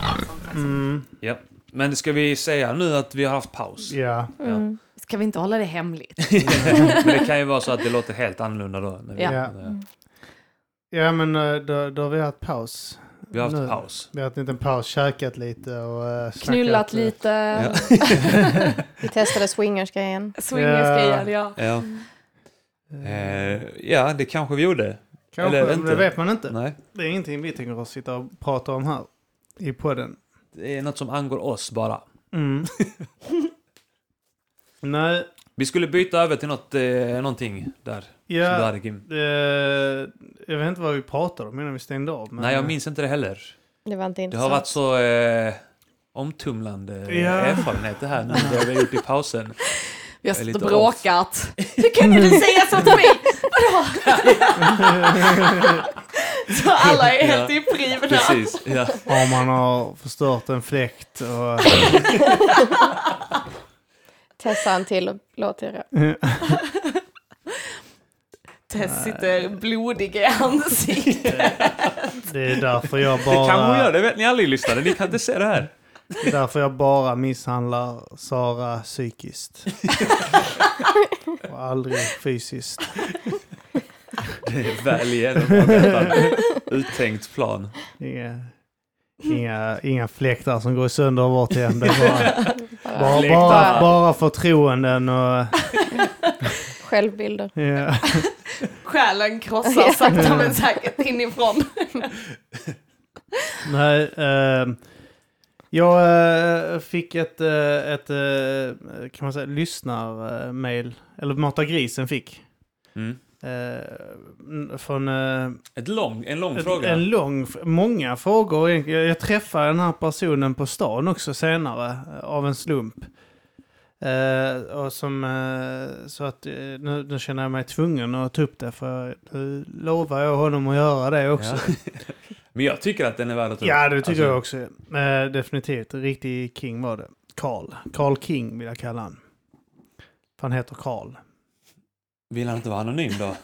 Alltså. Mm, Ja. Men ska vi säga nu att vi har haft paus? ja. Mm. Ska vi inte hålla det hemligt? Men det kan ju vara så att det låter helt annorlunda då. När vi, Ja. ja. ja, men eh, då, då har vi haft paus. vi har haft Nu. paus. Vi har haft en liten paus, käkat lite och eh, snackat, Knullat eh, lite. Ja. Vi testade swingersgrejen. Swingersgrejen, ja. Ja. Eh, ja, det kanske vi gjorde. Kanske, Eller men inte. det vet man inte. Nej. Det är ingenting vi tänker oss sitta och prata om här i podden. Det är något som angår oss bara. Mm. Nej, Vi skulle byta över till något, eh, någonting där. Som du ja, hade, Kim. eh, jag vet inte vad vi pratade om innan vi stängde av. men- Nej, jag minns inte det heller. Det var inte Det har intressant. varit så eh, omtumlande eh, Ja. erfarenhet det här nu. Det har vi gjort i pausen. Vi har Jag är suttit och lite off. bråkat. Hur kunde du säga så till mig? Vadå? så alla är helt Ja. i priven här. Precis. Ja. Om man har förstört en fläkt och... Testa en till och låt er Tess sitter blodig i ansiktet. Det är därför jag Det kanske hon gör, bara, det vet ni aldrig lyssnare. Ni kan inte se det här. det är därför jag bara misshandlar Sara psykiskt. Och aldrig fysiskt. Det är väl genomarbetat. Uttänkt plan. Inga, inga, inga fläktar som går sönder och bort igen. Det är bara, bara bara, bara, bara förtroenden och... självbilder. Ja. Själen krossar sakta Mm. men säkert inifrån. Nej, eh, jag eh, fick ett, eh, ett eh, kan man säga, lyssnarmail. Eller Mata Grisen fick. Mm. Eh, från eh, Ett lång, en lång ett- fråga. en lång, f- många frågor. egentligen. Jag, jag träffade den här personen på stan också senare eh, av en slump. Eh, och som, eh, så att eh, nu, nu känner jag mig tvungen att ta upp det för nu lovar jag honom att göra det också. Ja. Men jag tycker att den är värd att ta upp. Ja, det tycker Alltså, jag också. Eh, definitivt. Riktig king var det. Karl. Karl King vill jag kalla han. För han heter Karl. Vill han inte vara anonym då?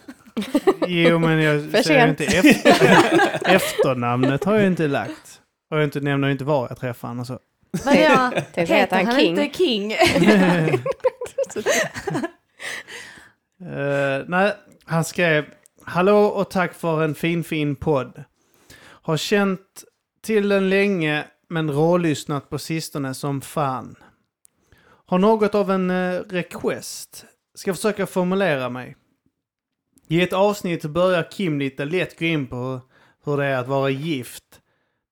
Jo, men För jag säger ju sent. inte efter. efternamnet har jag inte lagt. Och jag inte, nämner inte var jag träffar han och så. Vad jag? Tänkte heta han King. inte King? Eh, nej, han skrev Hallå och tack för en fin fin podd. Har känt till den länge men rålyssnat på sistone som fan. Har något av en eh, request. Ska försöka formulera mig. I ett avsnitt börjar Kim lite lätt gå in på hur det är att vara gift.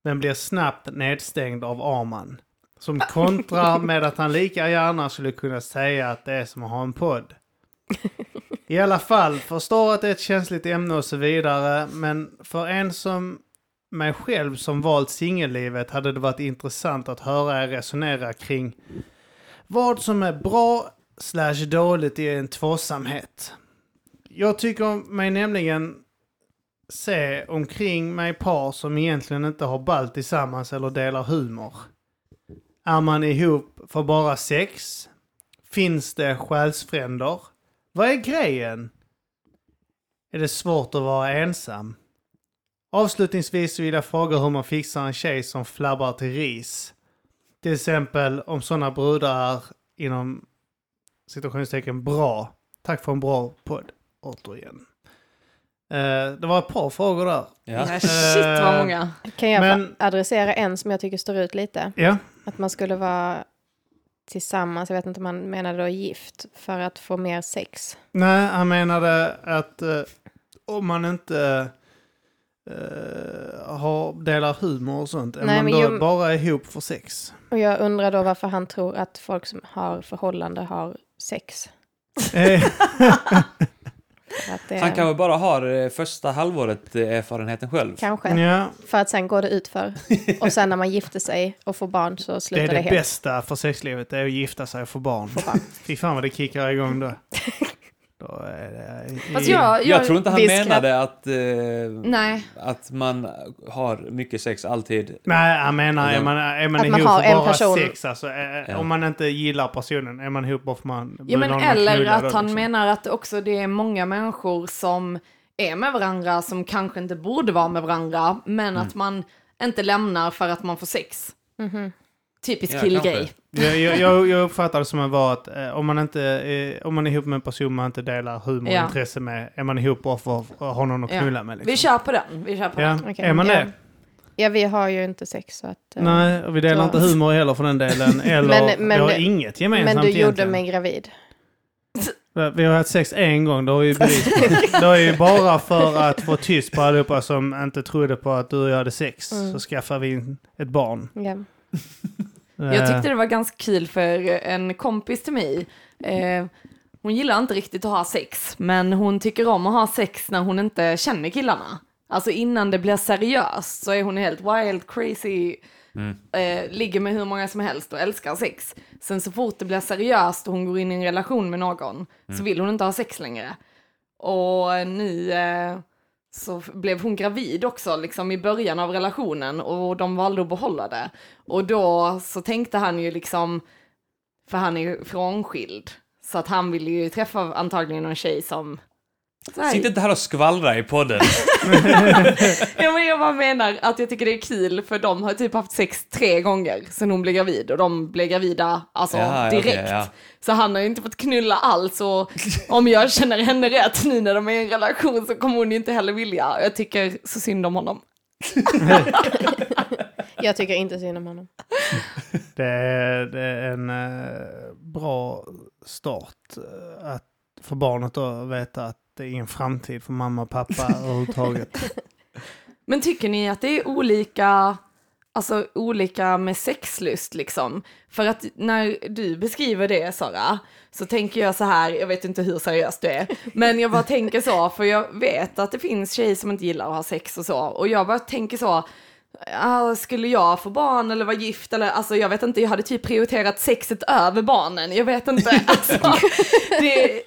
Men blir snabbt nedstängd av Arman. Som kontrar med att han lika gärna skulle kunna säga att det är som att ha en podd. I alla fall, förstår att det är ett känsligt ämne och så vidare, men för en som mig själv som valt singellivet hade det varit intressant att höra er resonera kring vad som är bra slash dåligt i en tvåsamhet. Jag tycker mig nämligen se omkring mig par som egentligen inte har ballt tillsammans eller delar humor. Är man ihop för bara sex? Finns det själsfränder? Vad är grejen? Är det svårt att vara ensam? Avslutningsvis vill jag fråga hur man fixar en tjej som flabbar till ris. Till exempel om sådana brudar är inom situationstecken bra. Tack för en bra podd återigen. Eh, det var ett par frågor där. Eh, Ja. Shit vad många. Kan jag Men- få adressera en som jag tycker står ut lite? Ja. Att man skulle vara tillsammans, jag vet inte om man menade då gift, för att få mer sex. Nej, han menade att eh, om man inte eh, har, delar humor och sånt, är Nej, man men då ju- bara ihop för sex? Och jag undrar då varför han tror att folk som har förhållande har sex. Eh, För Att det, Han kanske bara har eh, första halvåret eh, erfarenheten själv. kanske. ja, För att sen går det ut för. Och sen när man gifter sig och får barn så det slutar är det, det helt. bästa för sexlivet, det är att gifta sig och få barn. Fy fan vad det kickar igång då. då är det, eh, Fast jag, jag, Jag tror inte han vi skratt- menade att, eh, Nej, att man har mycket sex alltid. Nej, jag menar, är man, eh, är man Att man ihop har för en bara person. sex, alltså, eh, Ja. om man inte gillar personen, är man ihop bara för man ja, men vill ha någon eller knulla då, att han liksom. menar att också det är många människor som är med varandra som kanske inte borde vara med varandra men att man inte lämnar för att man får sex. Mhm. Typisk Ja, killgrej. kanske. Jag, jag, jag, jag uppfattar det som att vara att eh, om man, inte, eh, om man är ihop med en person man inte delar humor och Ja. intresse med, är man ihop och får och har någon att Ja. knulla med. Liksom. Vi kör på den. Vi kör på ja. den. Okej, Är man ja. det? Ja, vi har ju inte sex så att... eh, Nej, och vi delar Ja. inte humor heller för den delen. Eller Men- men- vi har inget gemensamt Men du gjorde egentligen. mig gravid. Vi har haft sex en gång, det har ju blivit. det är ju bara för att få tyst på allihopa som inte trodde på att du och jag hade sex. Mm. Så skaffar vi in ett barn. Eh. Ja. Jag tyckte det var ganska kul för en kompis till mig. Eh, hon gillar inte riktigt att ha sex, men hon tycker om att ha sex när hon inte känner killarna. Alltså innan det blir seriöst så är hon helt wild, crazy, Mm. eh, ligger med hur många som helst och älskar sex. Sen så fort det blir seriöst och hon går in i en relation med någon så vill hon inte ha sex längre. Och nu eh, så f- blev hon gravid också, liksom i början av relationen och de valde att behålla det. Och då så tänkte han ju liksom, för han är ju frånskild, så att han ville ju träffa antagligen någon tjej som... Så här- Sitt inte här och skvallra i podden. Ja, men jag bara menar att jag tycker det är kul för de har typ haft sex tre gånger sedan hon blev gravid och de blev gravida alltså Ja, ja, okej, direkt. ja. Så han har ju inte fått knulla alls och om jag känner henne rätt nu när de är i en relation så kommer hon ju inte heller vilja. Jag tycker så synd om honom. Jag tycker inte synd om honom. Det är, det är en eh, bra start eh, att, för barnet att veta att det är ingen framtid för mamma och pappa överhuvudtaget. Men tycker ni att det är olika, alltså olika med sexlust liksom? För att när du beskriver det Sara, så tänker jag så här, jag vet inte hur seriöst du är, men jag bara tänker så, för jag vet att det finns tjejer som inte gillar att ha sex och så, och jag bara tänker så, ah, skulle jag få barn eller vara gift eller alltså jag vet inte, jag hade typ prioriterat sexet över barnen, jag vet inte. Alltså, det,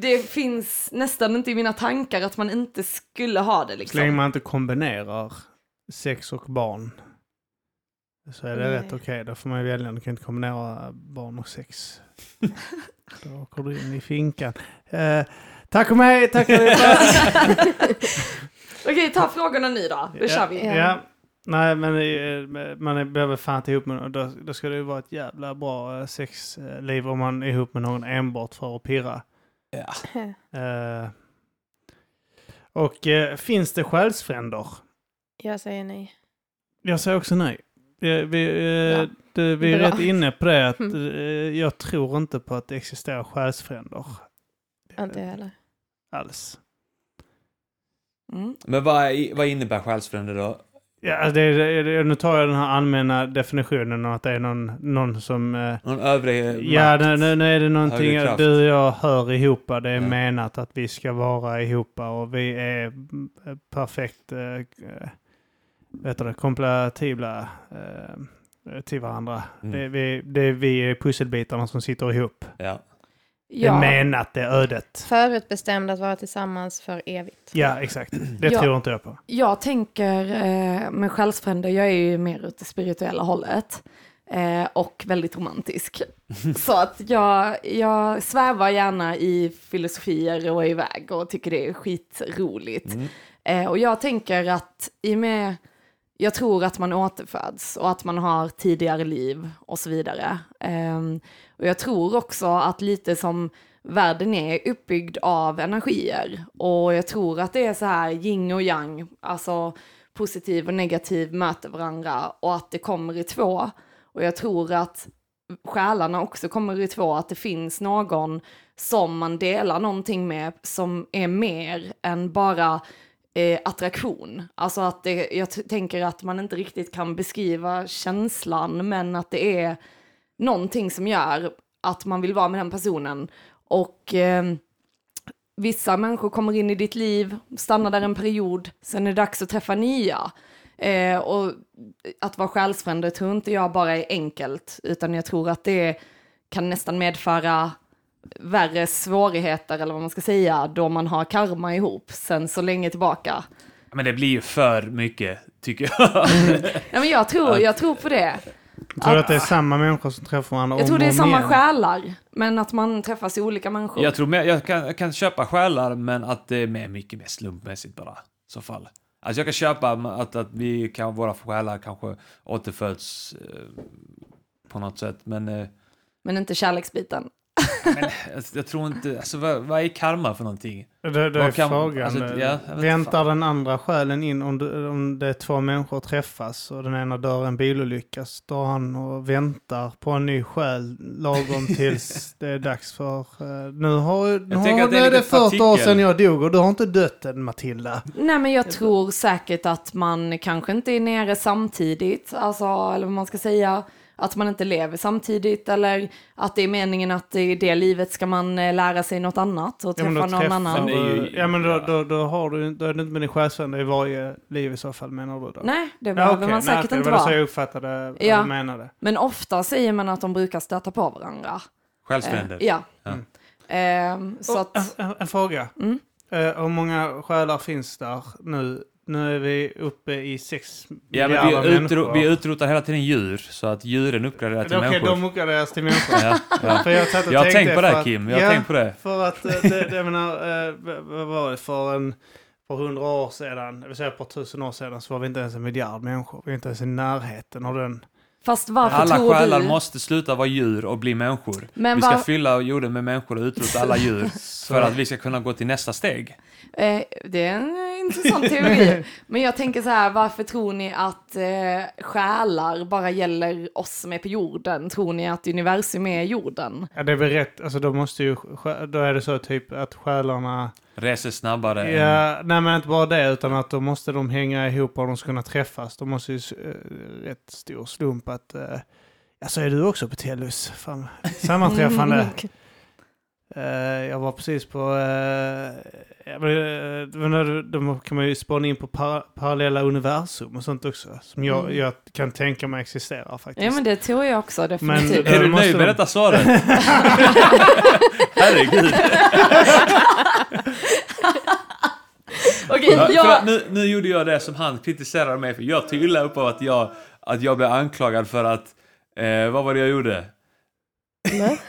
det finns nästan inte i mina tankar att man inte skulle ha det Så liksom. länge man inte kombinerar sex och barn så är det Nej. rätt okej. Då får man ju välja, du kan inte kombinera barn och sex. Då åker du in i finkan. Eh, tack och mig, tack allihopa! Okej, ta frågorna nu då. Då kör vi. Ja. ja. Nej, men eh, man är- behöver fan inte ihop med någon. Då, då ska det ju vara ett jävla bra eh, sexliv om man är ihop med någon enbart för att pirra. Ja. Eh, och eh, finns det själsfränder? Jag säger nej. Jag säger också nej. Vi, vi, eh, Ja. det, vi är Bra. rätt inne på det att Mm. eh, jag tror inte på att det existerar själsfränder Inte jag heller. alls. Mm. Men vad, i- vad innebär själsfrände då? Ja, alltså, det, det, det, nu tar jag den här allmänna definitionen om att det är någon, någon som eh, Någon övre makt? Ja, nu, nu, nu är det någonting Högre att kraft. du och jag hör ihop. Det är Ja. menat att vi ska vara ihop och vi är mm, perfekt eh, eh, vet du, det, kompatibla eh, till varandra. Mm. Det, vi, det är vi pusselbitarna som sitter ihop. Ja. Det är Ja. menat, det är ödet. Förutbestämd att vara tillsammans för evigt. Ja, exakt. Det Ja. tror inte jag på. Jag tänker eh, med själsfränder, jag är ju mer åt det spirituella hållet eh, och väldigt romantisk. Så att jag, jag svävar gärna i filosofier och är iväg och tycker det är skitroligt. Mm. Eh, och jag tänker att i och med, jag tror att man återföds och att man har tidigare liv och så vidare. Ehm, och jag tror också att lite som världen är uppbyggd av energier. Och jag tror att det är så här yin och yang, alltså positiv och negativ möter varandra och att det kommer i två. Och jag tror att själarna också kommer i två, att det finns någon som man delar någonting med som är mer än bara eh, attraktion. Alltså att det, jag t- tänker att man inte riktigt kan beskriva känslan men att det är någonting som gör att man vill vara med den personen. Och eh, vissa människor kommer in i ditt liv, stannar där en period, sen är det dags att träffa nya. Eh, och att vara själsfrände tror inte jag bara är enkelt, utan jag tror att det kan nästan medföra värre svårigheter, eller vad man ska säga, då man har karma ihop sen så länge tillbaka. Men det blir ju för mycket, tycker jag. Ja, men jag, tror, jag tror på det. Jag tror att det är samma människor som träffar varandra Jag tror om det är och samma igen. själar, men att man träffas i olika människor. jag tror mer, jag kan, jag kan köpa själar, men att det är mer, mycket mer slumpmässigt bara. I så fall. Alltså jag kan köpa att, att vi kan, våra själar kanske återföds eh, på något sätt, men eh, Men inte kärleksbiten. Men jag, jag tror inte, alltså vad, vad är karma för någonting? Det, det Vad är kan- frågan. alltså, ja, jag vet Väntar fan. den andra själen in om, du, om det är två människor träffas och den ena dör i en bilolycka, står han och väntar på en ny själ lagom tills det är dags för... eh, nu har, nu har, tänker att nu det är är det lite 40 år partikel. sedan jag dog och du har inte dött än Matilda. Nej men jag tror säkert att man kanske inte är nere samtidigt, alltså, eller vad man ska säga, att man inte lever samtidigt eller att det är meningen att i det livet ska man eh, lära sig något annat och Ja, träffa men då någon träffar annan. du- Men det är ju- Ja men då, ja. då, då, har du, då är du inte med din själsfrände i varje liv i så fall menar du då? Nej, det Ja, behöver okej. man Nej, säkert okej, inte Det var så vara. jag uppfattade vad Ja. du menade. Men ofta säger man att de brukar stöta på varandra. Eh, Själsfränder. ja. Ja. Ehm, så Och att, en, en, en fråga. Mm. Eh, hur många själar finns där nu? Nu är vi uppe i sex Ja, men miljarder vi, utro, människor. vi utrotar hela tiden djur, så att djuren uppgraderar till Okej, människor. de uppgraderas till människor. Ja, ja. För jag, satt och Jag har tänkte tänkt på det för här, att- Kim. Jag har ja, tänkt på det. För att, eh, det, det jag menar, eh, vad- vad var det för en... För hundra år sedan, det vill säga på tusen år sedan, så var vi inte ens en miljard människor. Vi var inte ens i närheten av den. fast varför Alla tror själar du... måste sluta vara djur och bli människor. Men vi ska var- fylla jorden med människor och utrota alla djur Så, för att vi ska kunna gå till nästa steg. Eh, det är en eh, intressant teori. Men jag tänker så här, varför tror ni att eh, själar bara gäller oss som är på jorden? Tror ni att universum är jorden? ja, det är väl rätt, alltså då måste ju, sj- då är det så typ att själarna Reser snabbare än... Ja, nej men inte bara det utan att då måste de hänga ihop och de ska kunna träffas. De måste ju eh, rätt stor slump att... Eh, alltså är du också på Tellus? Fan. Sammanträffande. Mm. Eh, jag var precis på... Eh, ja, men, eh, men då- då kan man ju spana in på par parallella universum och sånt också. Som jag, Mm. jag kan tänka mig existerar faktiskt. Ja men det tror jag också definitivt. Men- Är Då du måste nöjd med de- detta svaret? Herregud. Okej, Ja, för att jag... nu, nu gjorde jag det som han kritiserade mig för. Jag tog illa upp av att jag, att jag blev anklagad för att... Eh, vad var det jag gjorde? Nej.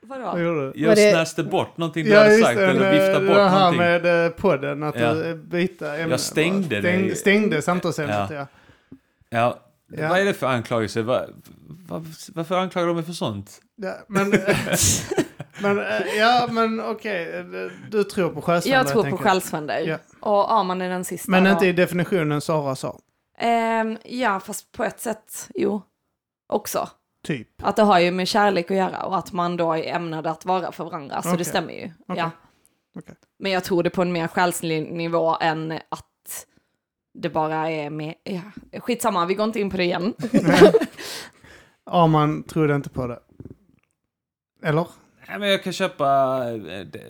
Vad Vadå? gjorde du? Jag Var det- snäste bort någonting du hade sagt eller viftade bort det här någonting. med eh, podden, att Ja. eh, byta ämne. Jag stängde Stäng, dig. Stängde samtalsämnet, ja. Ja. Ja. Vad är det för anklagelse? Va, va, varför anklagar de mig för sånt? Ja, men, eh, men, eh, ja, men okej, eh, du tror på själsfrände. Jag tror på tänker själsfränder. Ja. Och Arman är den sista. Men då. inte i definitionen Sara sa, Ehm, ja, fast på ett sätt, jo. Också. typ. Att det har ju med kärlek att göra och att man då är ämnad att vara för varandra. Så Okej. det stämmer ju. Ja. Okej. Men jag tror det på en mer själslig nivå än att det bara är med... Ja. Skitsamma, vi går inte in på det igen. Arman trodde inte på det. Eller? Nej, men jag kan köpa eh, d-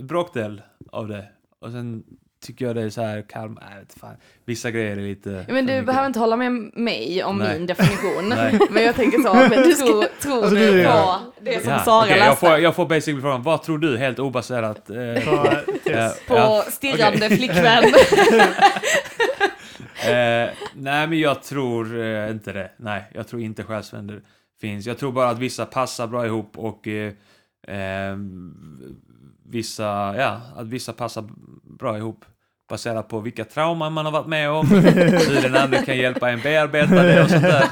bråkdel av det. Och sen tycker jag det är så här karma. Nej, vet fan. Vissa grejer är lite... för Men du mycket. behöver inte hålla med mig om Nej. min definition. Nej. Men jag tänker så, men du tror, tror Alltså, du du- på Ja. det som Ja, Sara okej, jag, läste? får, jag får basically frågan, vad tror du helt obaserat? Eh, Så, eh, eh, yes. På ja. stirrande flickvän. Eh, nej, men jag tror eh, inte det. Nej, jag tror inte själsfränder finns. Jag tror bara att vissa passar bra ihop och eh, eh, vissa, ja, att vissa passar bra ihop baserat på vilka trauman man har varit med om, hur den andra kan hjälpa en bearbeta det och sånt där.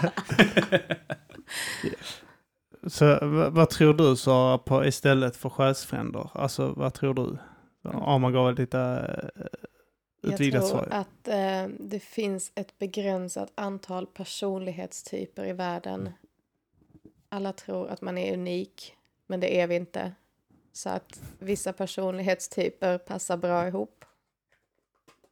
Så v- vad tror du Sara på istället för själsfränder? Alltså vad tror du? Arman gav ett lite eh, Jag utvidgat tror svar. att eh, det finns ett begränsat antal personlighetstyper i världen. Mm. Alla tror att man är unik, men det är vi inte. Så att vissa personlighetstyper passar bra ihop.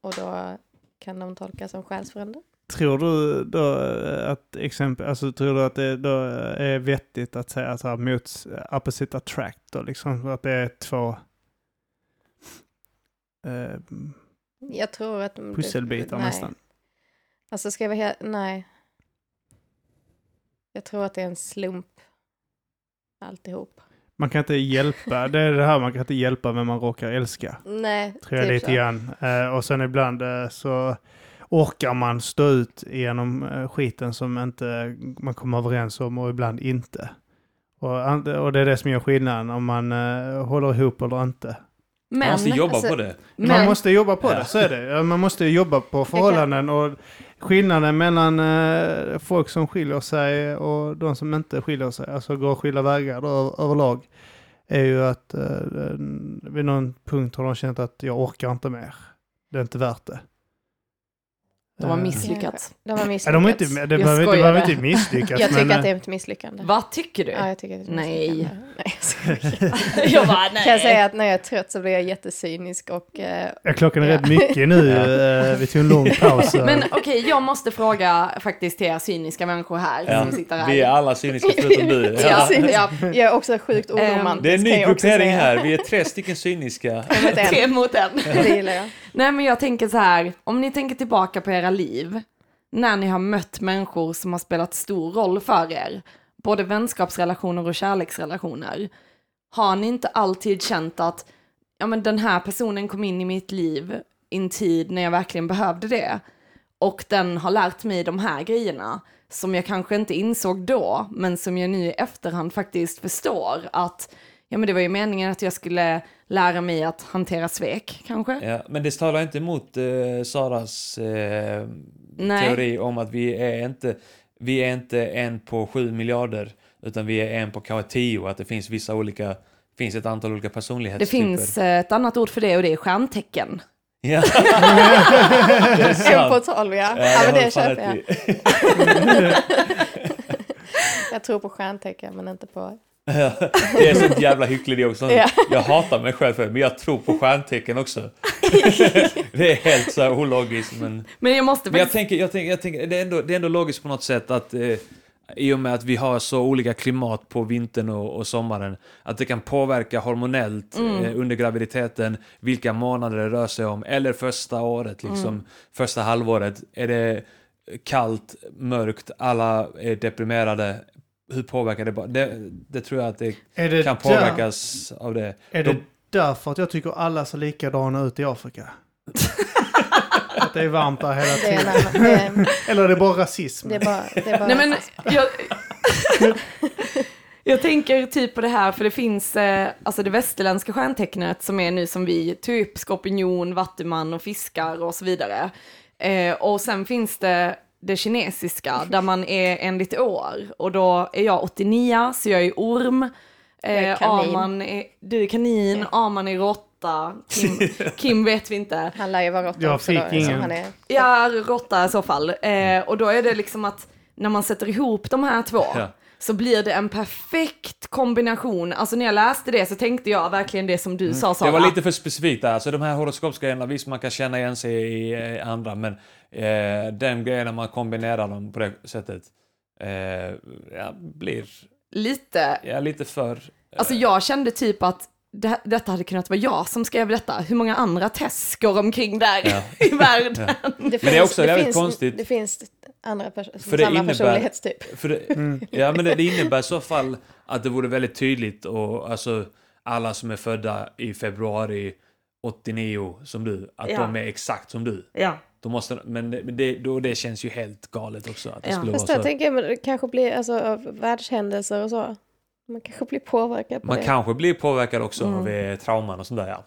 Och då kan de tolkas som själsfränder. Tror du då eh, att exempel, alltså tror du att det då eh, är vettigt att säga så här mot eh, opposite attract då liksom? Att det är två eh, Jag tror att... Mm, det- pusselbitar nej. nästan. Alltså ska jag vara helt... Nej. Jag tror att det är en slump. Alltihop. Man kan inte hjälpa, det är det här man kan inte hjälpa vem man råkar älska. Nej, typ Tror jag lite grann. Eh, och sen ibland eh, så orkar man stå ut genom eh, skiten som inte man kommer överens om och ibland inte. Och, an- och det är det som gör skillnaden om man eh, håller ihop eller inte. Man Men, måste jobba alltså- på det. Man men måste jobba på Ja. det, så är det. Ja, Man måste jobba på förhållanden och skillnaden mellan eh, folk som skiljer sig och de som inte skiljer sig, alltså går skilda vägar då, överlag, är ju att eh, vid någon punkt har de känt att jag orkar inte mer. Det är inte värt det. de har Eh, misslyckats. De har Ja, misslyckats. de är inte, det behöver inte, skojade. behöver inte misslyckas. jag tycker men, eh, att det är ett misslyckande. Vad tycker du? Ja, jag tycker att det är ett Nej. misslyckande. Nej. jag skojar. jag bara, nej. Kan jag säga att när jag är trött så blir jag jättecynisk och eh, eh, klockan är Ja. rätt mycket nu. eh, Vi tog en lång paus. eh. Men okej, jag måste fråga faktiskt till er cyniska människor här Ja. som sitter Vi är här. alla cyniska förutom du. Ja, Ja. ja, jag är också sjukt Ehm, oromantisk. Det är en kan ny jag också gruppering säga. här. Vi är tre stycken cyniska. Jag vet inte tre mot en. än. Det gillar jag. Nej men jag tänker så här, om ni tänker tillbaka på era liv, när ni har mött människor som har spelat stor roll för er, både vänskapsrelationer och kärleksrelationer, har ni inte alltid känt att ja, men den här personen kom in i mitt liv i en tid när jag verkligen behövde det, och den har lärt mig de här grejerna som jag kanske inte insåg då, men som jag nu i efterhand faktiskt förstår att ja, men det var ju meningen att jag skulle lära mig att hantera svek kanske. Ja, men det talar inte emot eh, Saras eh, Nej. teori om att vi är, inte, vi är inte en på sju miljarder utan vi är en på kanske tio. Att det finns vissa olika, finns ett antal olika Det personlighetstyper. finns eh, ett annat ord för det och det är stjärntecken. Ja, det är En på sant. tolv, ja. Ja, ja men har det du fan köper jag. rätt i. Jag tror på stjärntecken men inte på... Det är sånt jävla hyckleri också. Ja. Jag hatar mig själv för det, men jag tror på stjärntecken också. det är helt så här ologiskt. Men... Men jag måste Men jag faktiskt... tänker, jag tänker, jag tänker det, är ändå, det är ändå logiskt på något sätt att eh, i och med att vi har så olika klimat på vintern och, och sommaren, att det kan påverka hormonellt Mm. eh, under graviditeten, vilka månader det rör sig om, eller första året, liksom, Mm. första halvåret. Är det kallt, mörkt, alla är deprimerade, hur påverkar det? ba- Det, det tror jag att det är det kan påverkas av det. Är De- det därför att jag tycker alla ser likadana ut i Afrika? att det är varmt där hela Det är, tiden. närmast, det är, Eller är det bara rasism? det är bara... Det är bara Nej, men, jag... jag tänker typ på det här, för det finns eh, alltså det västerländska stjärntecknet som är nu som vi tog upp, skorpion, vattuman och fiskar och så vidare. Eh, och sen finns det det kinesiska där man är enligt år och då är jag 89 så jag är orm. Jag är Eh, kanin. Arman är, du är kanin, Ja. Arman är råtta, Kim, Kim vet vi inte. Han lär ju vara råtta Jag också fick då, eftersom ingen. Han är, Ja, råtta i så fall. Eh, och då är det liksom att när man sätter ihop de här två Mm. Ja. så blir det en perfekt kombination. Alltså när jag läste det så tänkte jag verkligen det som du sa Sara. Det Mm. var lite för specifikt där, alltså de här horoskopsgrejerna, visst man kan känna igen sig i eh, andra, men eh, den grejen när man kombinerar dem på det sättet eh, ja, blir Lite. ja, lite för... Alltså jag kände typ att det, detta hade kunnat vara jag som skrev detta. Hur många andra test går omkring där i världen? det finns, är också jävligt finns, konstigt. Det finns andra pers- För det samma innebär- personlighetstyp. För det, Mm. ja, men det, det innebär i så fall att det vore väldigt tydligt och alltså alla som är födda i februari 89 som du, att Ja. de är exakt som du. Ja. Då måste, men det, men det, då, det känns ju helt galet också att det Ja. skulle vara Fast jag så. tänker men det kanske blir alltså, av världshändelser och så. Man kanske blir påverkad på Man det. Mm. kanske blir påverkad också av eh, trauman och sånt där ja.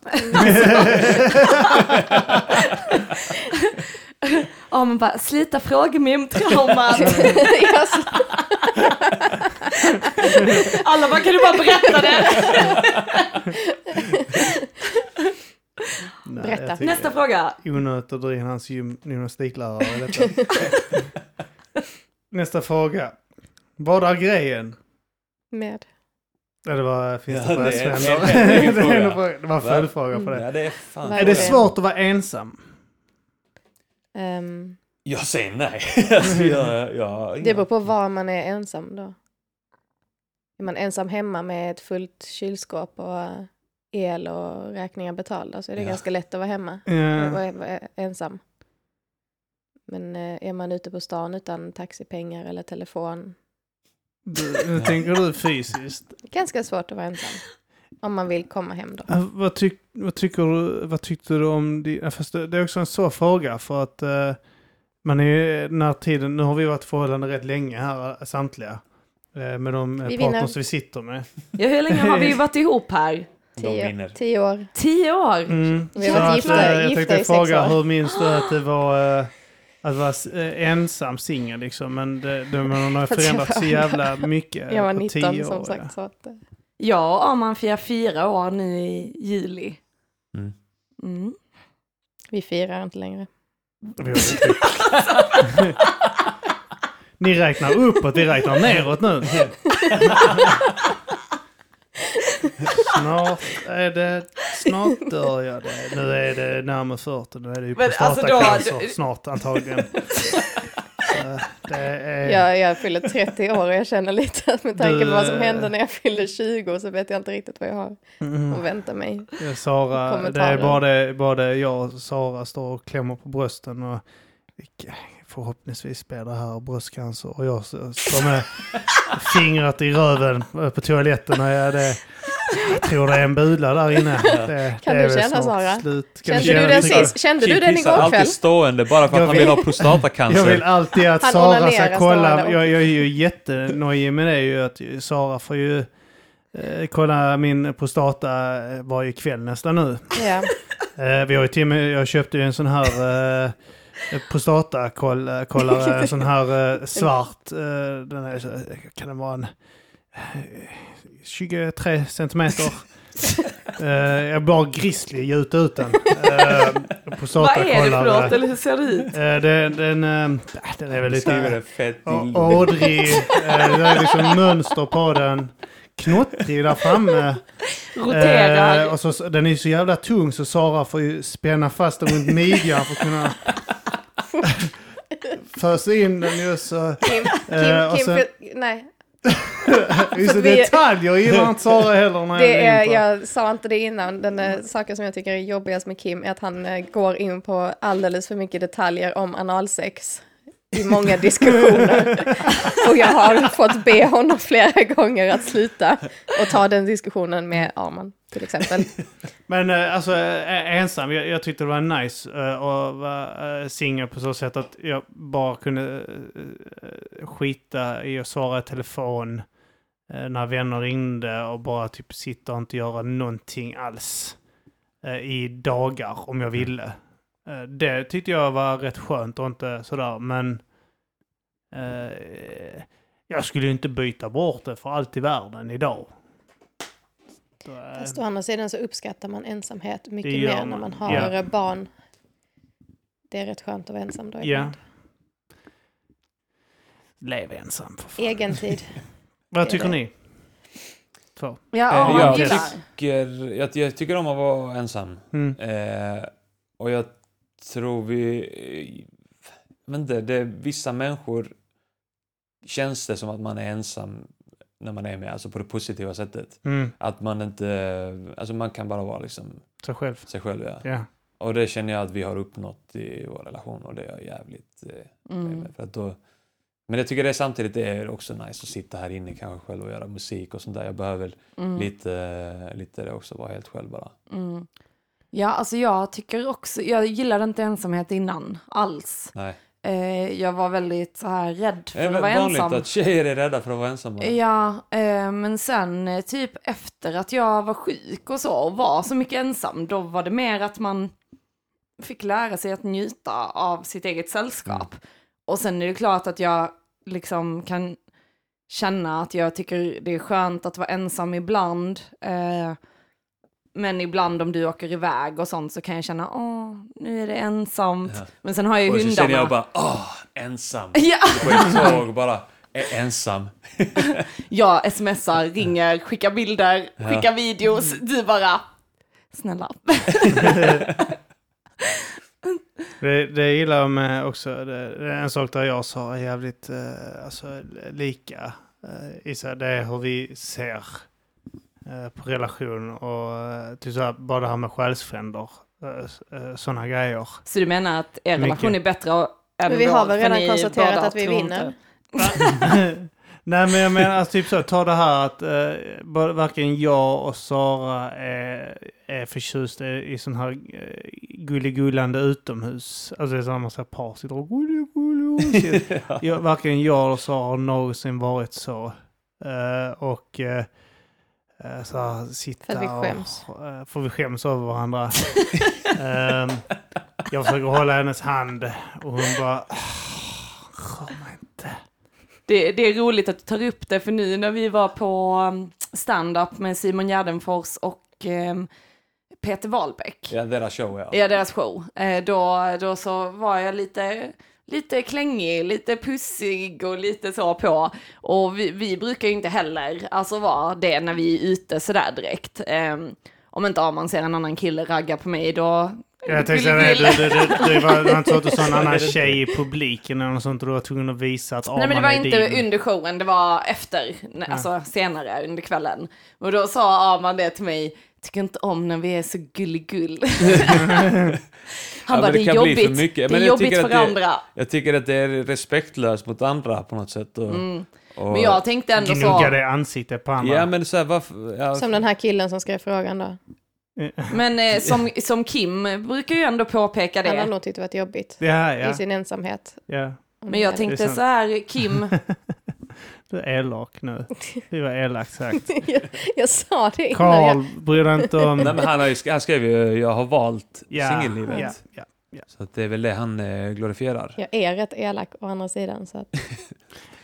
Ja men bara slita fråga mig om trauman. Jag sl- Alla bara kan du bara berätta det? Nej, Berätta. jag tycker- Nästa fråga. Onödigt att dra in hans gym- gymnastiklärare i detta. Nästa fråga. Vad är grejen? Med. Ja, det var... Finns Ja, det bara det är en- Sven? en- en egen Det är en fråga. fråga. Det var en Va? Mm, följdfråga på det. Ja, det är fan. Nej, Är det det- svårt att vara ensam? ehm, Jag säger nej. Alltså, jag, jag, det beror på var man är ensam då. Är man ensam hemma med ett fullt kylskåp och eh, el och räkningar betalda så är det Ja. ganska lätt att vara hemma. Eh, Jag var- jag var ensam. Men eh, är man ute på stan utan taxipengar eller telefon, du- Nu tänker du fysiskt. ganska svårt att vara ensam. Om man vill komma hem då. Eh, Vad, tyck, vad, tycker du, vad tyckte du om di- ja, Fast det det är också en svår fråga för att eh, man är ju den här tiden, nu har vi varit i förhållande rätt länge här eh, samtliga. Eh, med de eh, Vi vinner. partners vi sitter med. Ja, hur länge har vi varit ihop här? De Tio, vinner. tio år. Tio år! Mm. Vi Så har varit att, gifta- eh, jag gifta tänkte i sex fråga, år. hur minns du att det var eh, att vara s- eh, ensam singel liksom? Men det, det, man har Fast jag förändrats så var- jävla mycket Jag var på 19 tio som år. sagt. Så att, eh, Jag och Arman firar fyra år nu i juli. Mm. Mm. vi firar inte längre. Vi har inte- typ. Ni räknar uppåt, vi räknar neråt nu. Snart är det, snart dör jag det. Nu är det närmare 40, nu är det ju Men alltså då- prostatacancer du- snart antagligen. Så det är... Jag, jag fyller 30 år och jag känner lite att med tanke på vad som Du, eh, hände när jag fyller 20 så vet jag inte riktigt vad jag har Mm. att vänta mig. Ja, Eh, Sara, det är Kommentarer. både, både jag och Sara står och klämmer på brösten och förhoppningsvis spelar det här bröstcancer och jag s- står med fingret i röven eh, på toaletten och jag, det, jag tror det är en bula där inne. Det, Kan det du är väl känna, snart Sara? Slut. Kan Kände du känna det tycker jag? sist? Kände du Kid den pissar igår alltid kväll? stående bara för att Jag han vill- vill ha Jag prostatacancer. vill alltid att Han Sara ska onanerar kolla. snarare. Jag, jag är ju jättenojig med det ju att ju- Sara får ju eh, kolla min prostata eh, varje kväll nästan nu. Ja. Eh, vi har ju till och med, jag köpte ju en sån här eh, prostatakollare, en sån här eh, svart, eh, den är, så- kan den vara en eh, 23 centimeter. eh, jag bara grizzly gjuta ut den. Eh, Vad är det för prostatakollare. något, eller hur ser det ut? Eh, den, den, eh, den är väl Skriver lite en fett å- dildo. ådrig, eh, det är liksom mönster på den. Knottrig där framme. Eh, Roterar. och så, den är ju så jävla tung så Sara får ju spänna fast den runt midjan för att kunna fösa in den ju så... Kim, Eh, Kim, och Kim, sen- för- nej, Just det, vi- detaljer gillar inte Sara heller när det jag är, går in på. jag sa inte det innan, den eh, saken som jag tycker är jobbigast med Kim är att han eh, går in på alldeles för mycket detaljer om analsex i många diskussioner. och jag har fått be honom flera gånger att sluta och ta den diskussionen med Arman till exempel. Men eh, alltså eh, ensam, jag, jag tyckte det var nice eh, att vara eh, singel på så sätt att jag bara kunde eh, skita i att svara i telefon eh, när vänner ringde och bara typ sitta och inte göra någonting alls eh, i dagar om jag ville. Eh, det tyckte jag var rätt skönt och inte sådär men eh, jag skulle ju inte byta bort det för allt i världen idag. Så, eh, Fast å andra sidan så uppskattar man ensamhet Det mycket gör mer när man, man har ja. eh, barn. Det är rätt skönt att vara ensam då Ja. ibland. Lev ensam för fan. Egentid. Vad Det är tycker det. ni? Två. Ja, Eh, Arman jag, gillar. tycker, jag, jag tycker om att vara ensam. Mm. Eh, och jag tror vi... eh, Jag vet inte, det, vissa människor känns det som att man är ensam när man är med, alltså på det positiva sättet. Mm. Att man inte... Alltså man kan bara vara liksom Sig själv. sig själv. Ja. Ja. Och det känner jag att vi har uppnått i vår relation och det är jag jävligt eh, nöjd Mm. med. För att då, men jag tycker det är samtidigt det är också nice att sitta här inne kanske själv och göra musik och sånt där. Jag behöver Mm. lite, eh, lite det också, vara helt själv bara. Mm. Ja, alltså jag tycker också, jag gillade inte ensamhet innan alls. Nej. Eh, jag var väldigt så här rädd Det är för att väl vara Eh, vanligt ensam. att tjejer är rädda för att vara ensamma. Ja, eh, men sen eh, typ efter att jag var sjuk och så och var så mycket ensam, då var det mer att man fick lära sig att njuta av sitt eget sällskap. Mm. Och sen är det klart att jag liksom kan känna att jag tycker det är skönt att vara ensam ibland. Eh, men ibland om du åker iväg och sånt så kan jag känna, åh, nu är det ensamt. Ja. Men sen har jag ju Och så hundarna. känner jag bara, åh, ensam. ja. På ett tåg bara, är ensam. Jag smsar, ringer, skickar bilder, Ja. skickar videos. Du bara, snälla. Det, det gillar jag med också. Det, det är en sak där jag och Sara är jävligt eh, alltså, lika. Eh, i så här, det är hur vi ser eh, på relation och eh, till så här, bara det här med själsfränder. Eh, eh, Sådana grejer. Så du menar att er Mycket. relation är bättre än Men vi vår, har väl för redan ni konstaterat båda att vi tror vinner. inte- Nej men jag menar alltså, typ så, ta det här att eh, både- varken jag och Sara är, är förtjust i, i sån här eh, gulligullande utomhus. Alltså det är så här man ser par sitter och gulligullo. Jag, varken jag eller Sara har någonsin varit så. Eh, och eh, eh, så här, sitta För att vi skäms. Och, eh, för vi skäms över varandra. Ehm, jag försöker hålla hennes hand och hon bara... "Ah, Rör mig inte. Det, det är roligt att du tar upp det, för nu när vi var på um, stand-up med Simon Gärdenfors och um, Peter Wahlbeck, Ja, deras show ja. ja deras show, eh, då, då så var jag lite, lite klängig, lite pussig och lite så på. Och vi, vi brukar ju inte heller alltså vara det när vi är ute sådär direkt. Ehm, om inte Arman ser en annan kille ragga på mig, då... Jag tänkte Ville- säga det, ville. det, det, det var det var inte så att du sa en annan tjej i publiken eller något sånt och du var tvungen att visa att Nej men det var Arman är inte din. under showen, det var efter, n- alltså senare under kvällen. Och då sa Arman det till mig, tycker inte om när vi är så gulligull. Han men bara, det det är kan bli för jobbigt, mycket. det Men är jag jobbigt tycker för att det- andra. Jag tycker att det är respektlöst mot andra på något sätt. Och, och, Mm. Men jag tänkte ändå så, Gnugga det i ansiktet på andra. Ja men så här, varför... Ja, Som den här killen som skrev frågan då. men eh, som, som Kim brukar ju ändå påpeka Han har det. nog tyckt det varit jobbigt Det här i ja. sin ensamhet. ja. Men jag tänkte sant. så här, Kim, Du är elak nu. Det var elakt sagt. jag, jag sa det innan. Karl Jag, bryr dig inte om... Nej, men han, har ju, sk- han skrev ju jag har valt Ja, singellivet. ja, ja. Så att det är väl det han eh, glorifierar. jag är rätt elak å andra sidan. Så att,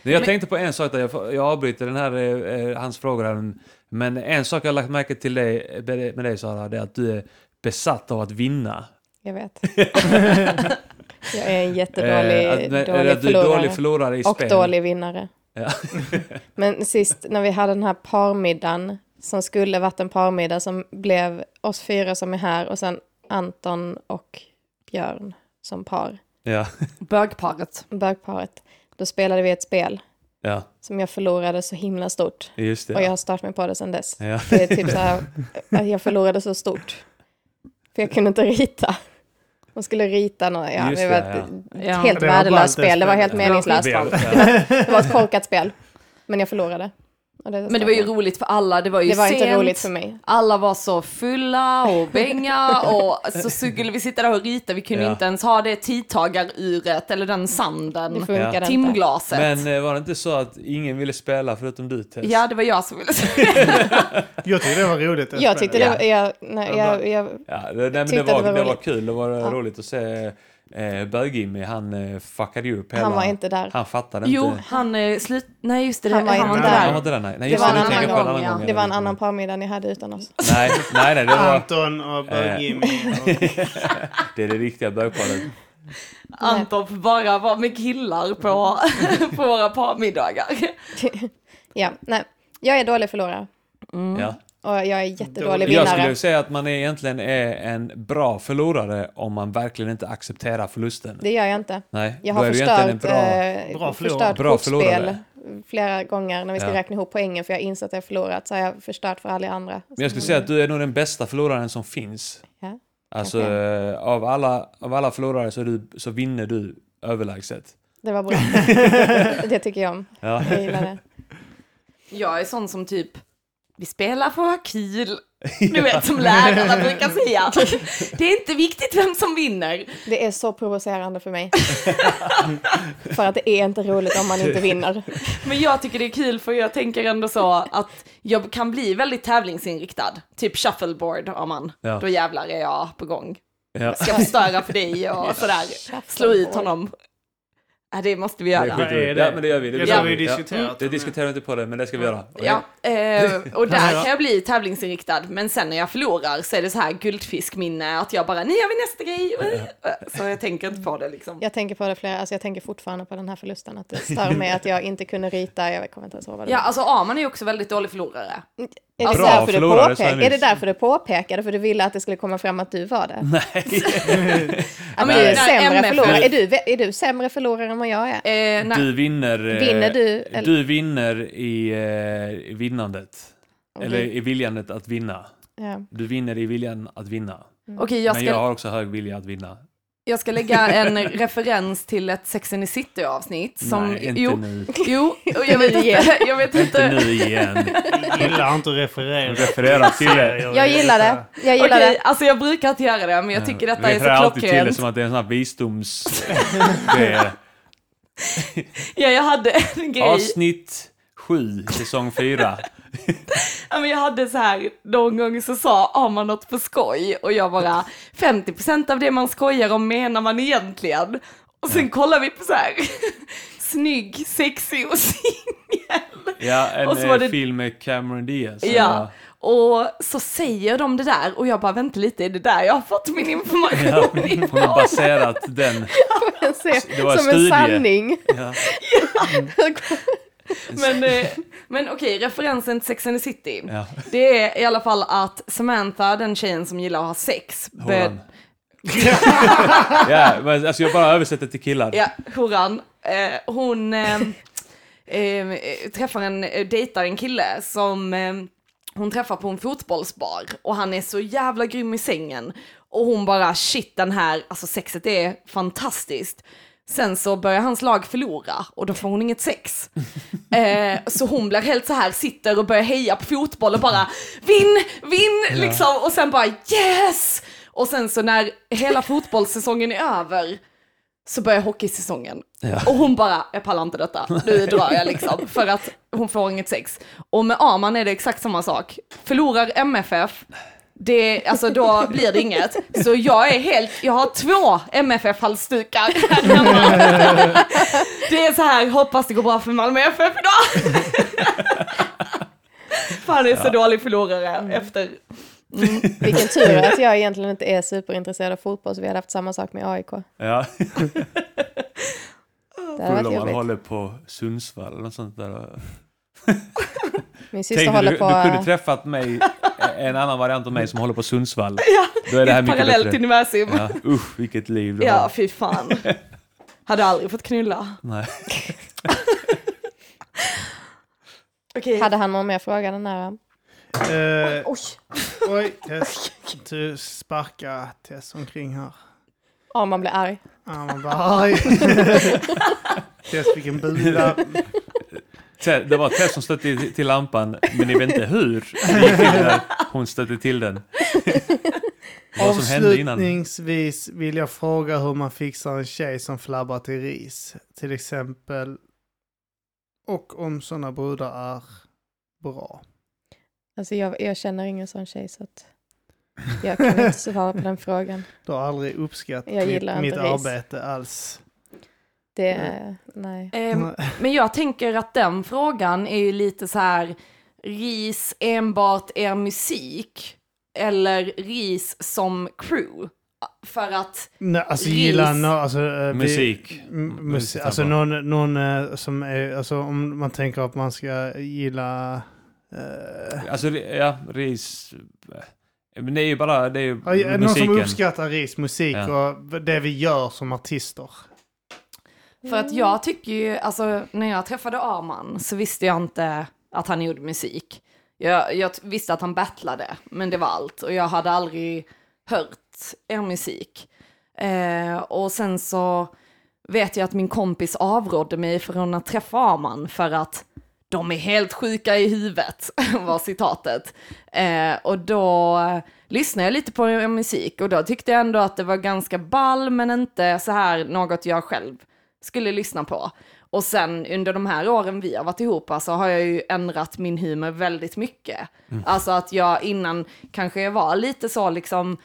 Men jag tänkte på en sak, där jag, får- jag avbryter den här, eh, eh, hans frågor här. Men en sak jag har lagt märke till dig, med med dig Sara, det är att du är besatt av att vinna. jag vet. jag är en jättedålig Eh, att, men- eller dålig att du är förlorare. dålig förlorare i och spel. dålig vinnare. Ja. Men sist när vi hade den här parmiddagen som skulle varit en parmiddag som blev oss fyra som är här och sen Anton och Björn som par, ja, bögparet. bögparet. Då spelade vi ett spel ja, som jag förlorade så himla stort. just det. Och jag har stört mig på det sedan dess. Ja. Det är typ så här, att jag förlorade så stort. För jag kunde inte rita. Man skulle rita något, ja, Just det det, var ja. ett Ja. helt Det var bara värdelöst inte spel. Det var helt spel. meningslöst. Ja. Det var ett korkat spel. Men jag förlorade. Och Men det var ju roligt för alla, det var ju Det var inte sent. roligt för mig. Alla var så fulla och bänga och så skulle vi sitta där och rita. Vi kunde Ja. inte ens ha det tidtagaruret eller den sanden. Det funkade inte. Timglaset. Men eh, var det inte så att ingen ville spela förutom du Tess? Ja, det var jag som ville säga. Jag tyckte det var roligt. det Jag tyckte det spelet. var... Jag, nej, jag, jag, Ja, det, nej, men det Tyckte var, att det det, var var roligt. kul, det var Ja. roligt att se eh, Bög-Jimmy, han eh, fuckade ju upp hela... han var inte där. Han fattade Jo, inte. han eh, slut... Nej, just det. Han var han var inte inte där. Han var där. inte där, nej. nej Det just var en du tänker annan på gång, ja. gången. Det var en annan parmiddag ni hade utan oss. Nej, nej, nej, det Ah. var... Anton och Eh. Jimmy. och- Det är det riktiga bögparet. Anton får bara var med killar på, på våra parmiddagar. Ja, nej. Jag är dålig förlorare. Ja. Och Mm. jag är jättedålig Dålig. Jag skulle ju vinnare. säga att man är egentligen är en bra förlorare om man verkligen inte accepterar förlusten. Det gör jag inte. Nej, Jag då har är du egentligen en förstört, bra... eh, Bra förlorare. förstört Bra kortspel förlorare. flera gånger när vi ska Ja. räkna ihop poängen för jag har insett att jag har förlorat så har jag förstört för alla andra. Men jag skulle säga att du är nog den bästa förloraren som finns. Ja. Alltså, Kanske. eh, av alla, av alla förlorare så, är du, så vinner du överlägset. Det var bra. det tycker jag om. Ja. Jag gillar det. Jag är sån som typ, vi spelar för att ha kul. Du vet, som lärarna brukar säga. Det är inte viktigt vem som vinner. Det är så provocerande för mig. för att det är inte roligt om man inte vinner. Men jag tycker det är kul för jag tänker ändå så att jag kan bli väldigt tävlingsinriktad. Typ shuffleboard om man. Ja. Då jävlar är jag på gång. Ja. Ska förstöra för dig och sådär. Slå ut honom. Äh, det måste vi Det göra. skiter vi i. Vad är det? Ja, men det gör vi. Det gör har vi ju diskuterat. Det diskuterar vi inte på det, men det ska vi göra. Ja, eh, och Ja, där ja. kan jag bli tävlingsinriktad, men sen när jag förlorar så är det så här guldfiskminne, att jag bara, nu gör vi nästa grej. Så jag tänker inte på det liksom. Jag tänker på det flera, alltså jag tänker fortfarande på den här förlusten, att det stör mig att jag inte kunde rita, jag kommer inte ens ihåg vad det Ja, var. alltså Arman är ju också väldigt dålig förlorare. Är det, Bra därför du förlorare, sa jag påpekade, är det nyss. därför du påpekade, för du ville att det skulle komma fram att du var det? Ja, Men du är sämre MF förlorare, är du, är du sämre förlorare än vad jag är? Eh, när, Du vinner... eh, Vinner du, eller- Du vinner i, eh, i vinnandet. Eller i viljandet att vinna. Ja. Du vinner i viljan att vinna. Okej, jag Men ska, jag jag... har också hög vilja att vinna. ska lägga en referens till ett Sex and the City avsnitt som, Nej, inte jo, nu. jo, och jag vet inte, jag vet Inte inte. nu igen. Gillar inte att referera. Referera till det. Jag gillar det, jag gillar Okej, det. alltså jag brukar inte göra det, men jag tycker detta är refererar så alltid till det klockrent. som att det är en sån här visdoms... det är Ja, jag hade en grej. avsnitt sju, säsong fyra. Ja, men jag hade så här, någon gång så sa, har man något på skoj? Och jag bara, 50% av det man skojar om menar man egentligen. Och sen kollar vi på så här, snygg, sexig och singel. Ja, en Och så var eh, det- film med Cameron Diaz. Ja, och så säger de det där och jag bara, vänta lite, är det där jag har fått min Ja, information ifrån? hon har baserat den. Jag ser Det var en som en studie. sanning. Ja. Men, eh, men okej, referensen till Sex and the City. Ja. Det är i alla fall att Samantha, den tjejen som gillar att ha sex, Horan. ja, men alltså jag bara översätter till killar. Ja, horan. Eh, hon eh, eh, träffar en, eh, dejtar en kille som eh, hon träffar på en fotbollsbar och han är så jävla grym i sängen. Och hon bara shit den här, alltså sexet är fantastiskt. Sen så börjar hans lag förlora och då får hon inget sex. Eh, så hon blir helt så här, sitter och börjar heja på fotboll och bara vinn, vinn liksom. Och sen bara yes! Och sen så när hela fotbollssäsongen är över så börjar hockeysäsongen. Och hon bara, jag pallar inte detta, nu drar jag liksom. För att hon får inget sex. Och med Arman är det exakt samma sak. Förlorar MFF, det, alltså då blir det inget. Så jag är helt, jag har två MFF-halsdukar här hemma. Det är så här, hoppas det går bra för Malmö FF idag. Fan, jag är så dålig förlorare efter. Vilken tur att jag egentligen inte är superintresserad av fotboll så vi hade haft samma sak med AIK. Ja. Det hade Kolla varit om man jobbigt. håller på Sundsvall eller något sånt där. Min syster Tänk dig, du, håller du på... kunde träffat mig, eh, en annan variant av mig som håller på Sundsvall. Då är det här mycket Parallellt bättre. universum. Ja, usch, vilket liv du Ja, har. fy fan. Hade aldrig fått knulla. Nej. Okej. Hade han någon mer fråga den här? Eh, Oj. oj, Tess. Du sparkar Tess omkring här. Ja, man blir arg. Ja, man bara aj. Tess fick en bula. Te- Det var Tess som stötte i- till lampan, men ni vet inte hur det gick till när hon stötte till den. Vad som hände innan. Avslutningsvis vill jag fråga hur man fixar en tjej som flabbar till ris. Till exempel. Och om sådana brudar är bra. Alltså jag, jag känner ingen sån tjej så att jag kan inte svara på den frågan. Du har aldrig uppskattat Jag mitt, gillar mitt inte ris. arbete alls. Det, nej. Ehm, men jag tänker att den frågan är ju lite så här ris enbart er musik eller ris som crew. För att, Nej, alltså Ris. gillar no, alltså, eh, vi- Musik. M- Mm, Musik, alltså samma. någon, någon eh, som är, alltså om man tänker att man ska gilla... eh, Alltså, ri- ja, ris... Men det är ju bara, det är ju ja, någon som musiken. uppskattar ris, musik och det vi gör som artister. för att jag tycker ju, alltså när jag träffade Arman så visste jag inte att han gjorde musik. Jag, jag t- visste att han battlade, men det var allt. Och jag hade aldrig hört er musik. Eh, och sen så vet jag att min kompis avrådde mig från att träffa Arman för att de är helt sjuka i huvudet, var citatet. Eh, och då lyssnade jag lite på er musik och då tyckte jag ändå att det var ganska ball men inte så här något jag själv skulle lyssna på. Och sen under de här åren vi har varit ihop så har jag ju ändrat min humor väldigt mycket. Mm. Alltså att jag innan kanske jag var lite så liksom,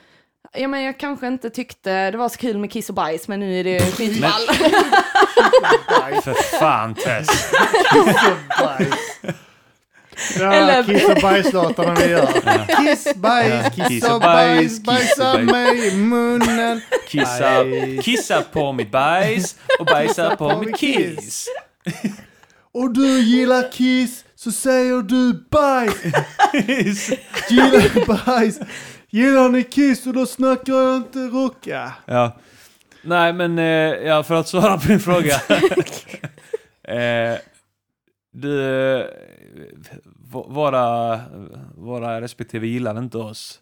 ja men jag kanske inte tyckte det var så kul med kiss och bajs men nu är det skitball. För fan Tess! Och bajs. Ja, Eller- kiss och bajslåtarna vi gör. Kiss, bajs, Ja, kiss och bajs, kiss och bajsa bajs. mig i munnen. Kissa, Bajs. kissa på mitt bajs och bajsa på mitt kiss. Och du gillar kiss, så säger du bajs. Gillar du bajs? Gillar ni kiss och då snackar jag inte rocka. Ja. Nej, men eh, ja, för att svara på din fråga. eh, du, eh, v- våra, våra respektive gillar inte oss.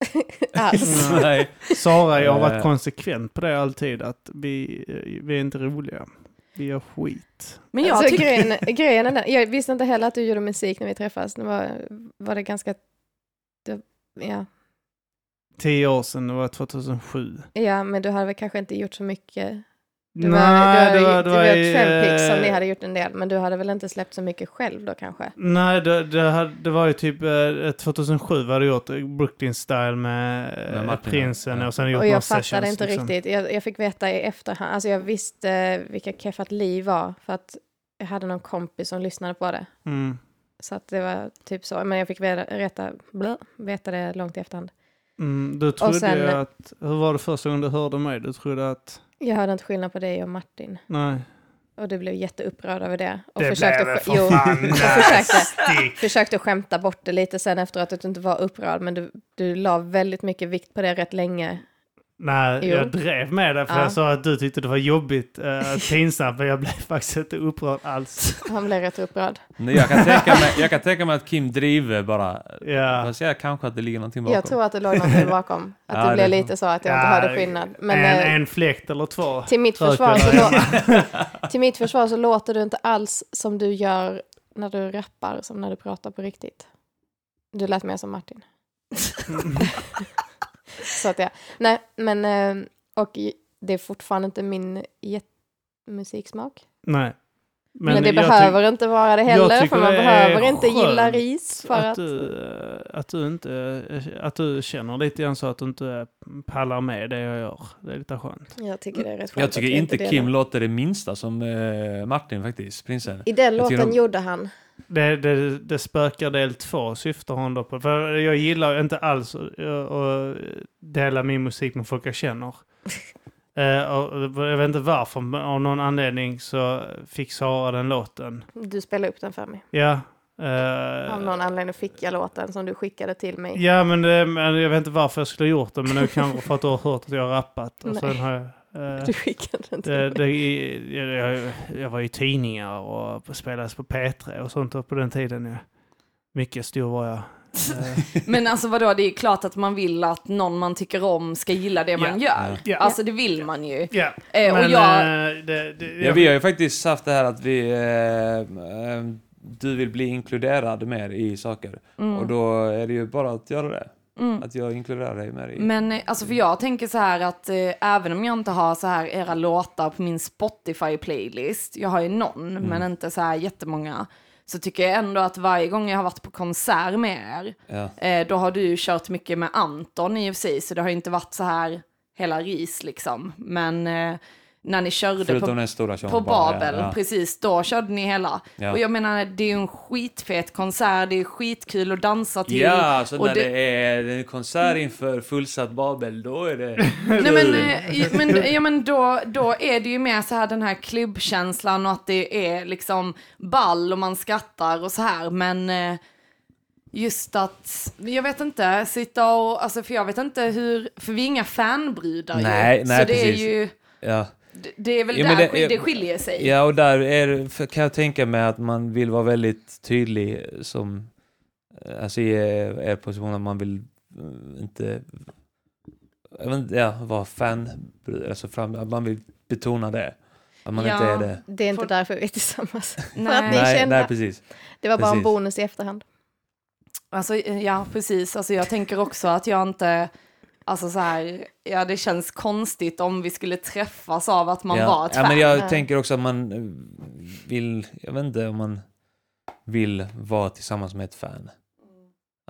Alls. Nej. Sara, jag har Eh. varit konsekvent på det alltid, att vi, eh, vi är inte roliga. Vi gör skit. Men jag alltså, tycker grejen, grejen är den, jag visste inte heller att du gjorde musik när vi träffades. Det var, var det ganska... Det, ja. Tio år sedan, det var 2007. ja, men du hade väl kanske inte gjort så mycket Det var, Nej, det var, det var, i, trampix som eh, ni hade gjort en del, men du hade väl inte släppt så mycket själv då kanske? Nej, det, det, hade, det var ju typ eh, 2007 var det gjort eh, Brooklyn Style med, eh, Med Martin, Prinsen ja. och sen gjort Och några jag fattade sessions, inte liksom. riktigt. Jag, jag fick veta i efterhand, alltså jag visste vilka Keffat Li var för att jag hade någon kompis som lyssnade på det. Mm. Så att det var typ så, men jag fick veta, reta, blö, veta det långt i efterhand. Mm, du trodde sen- ju att, hur var det första gången du hörde mig? Du trodde att, Jag hörde inte skillnad på dig och Martin och nej. du blev jätteupprörd över det. Och Det försökte, blev det för jo, fan. jag försökte, försökte skämta bort det lite sen efteråt att du inte var upprörd, men du, du la väldigt mycket vikt på det rätt länge. Nej, Jo. jag drev med det för Ja. jag sa att du tyckte det var jobbigt, eh, pinsamt, men jag blev faktiskt inte upprörd alls. Han blev rätt upprörd. Nej, jag, kan tänka mig, jag kan tänka mig att Kim driver bara. Ja. Fast jag kanske att det ligger någonting bakom. Jag tror att det låg någonting bakom, att Ja, det blev det- lite så att jag Ja, inte hörde skillnad. Men en, eh, en fläkt eller två. till, mitt Rök försvar så eller- lå- till mitt försvar så låter du inte alls som du gör när du rappar, som när du pratar på riktigt. Du lät mer som Martin. Så att jag, nej, men eh, och i- det är fortfarande inte min jätt- musiksmak. Nej. Men, det jag tyck- behöver inte vara det jag heller, tycker för man det är behöver inte skönt gilla ris för att... Du, eh, att, du inte, eh, att du känner lite grann så att du inte eh, pallar med det jag gör. Det är lite skönt. Jag tycker det är rätt skönt. jag tycker att vi inte delar. Kim låter det minsta som eh, Martin faktiskt, prinsen. I den jag tycker låten de- gjorde han. Det, det, det spökar del två syftar hon då på. För jag gillar inte alls att- eh, att dela min musik med folk jag känner. Eh, och jag vet inte varför, men av någon anledning så fick Sara den låten. Du spelade upp den för mig. Ja. Av Eh, någon anledning fick jag låten som du skickade till mig. ja, men det, men jag vet inte varför jag skulle ha gjort det, men det kan för att du har hört att jag har rappat. Och Nej. sen har jag, eh, Du skickade den till Det, mig. det, jag, jag var i tidningar och spelades på P3 och sånt på den tiden. Ja. Mycket stor var jag. Eh, Men alltså vadå, det är klart att man vill att någon man tycker om ska gilla det man gör. Ja. Alltså det vill man ju. Ja, Eh, och men jag- eh, det, det, Ja, vi har ju faktiskt haft det här att vi... Eh, eh, du vill bli inkluderad mer i saker. Mm. Och då är det ju bara att göra det. Att jag inkluderar dig mer i... Men eh, alltså för jag tänker så här att eh, även om jag inte har så här era låtar på min Spotify-playlist, jag har ju någon Mm. men inte så här jättemånga, så tycker jag ändå att varje gång jag har varit på konsert med er, Ja. eh, då har du kört mycket med Anton i och för sig, så det har ju inte varit så här hela ris liksom. Men eh, när ni körde Förutom på den stora tjongen på bara, Babel, ja, ja. precis, då körde ni hela. Ja. Och jag menar, det är ju en skitfet konsert, det är skitkul att dansa till. Ja, så och när det... är en konsert inför fullsatt Babel, då är det... Nej, men, eh, ja, men, ja, men då, då är det ju mer så här den här klubbkänslan och att det är liksom ball och man skrattar och så här. Men eh, just att, jag vet inte, sitta och, alltså för jag vet inte hur, för vi är inga fanbrudar ju. Nej, nej, Så det precis. är ju, Ja. det- det är väl Ja, men där det- det, skil, det skiljer sig. Ja, och där är, det- för- kan jag tänka mig att man vill vara väldigt tydlig eh, som, eh, alltså i er er position att man vill eh, inte, jag vet inte, ja, vara fan, alltså fram, att man vill betona det. Att man Ja. inte är det. Det är inte Får- därför vi är tillsammans. Nej. För att ni Nej, kände... nej, precis. det var bara en precis. bonus i efterhand. Alltså, ja, precis. Alltså, jag tänker också att jag inte... Alltså så här, ja det känns konstigt om vi skulle träffas av att man ja. var ett ja, men fan. jag Ja. tänker också att man eh, vill, jag vet inte om man vill vara tillsammans med ett fan.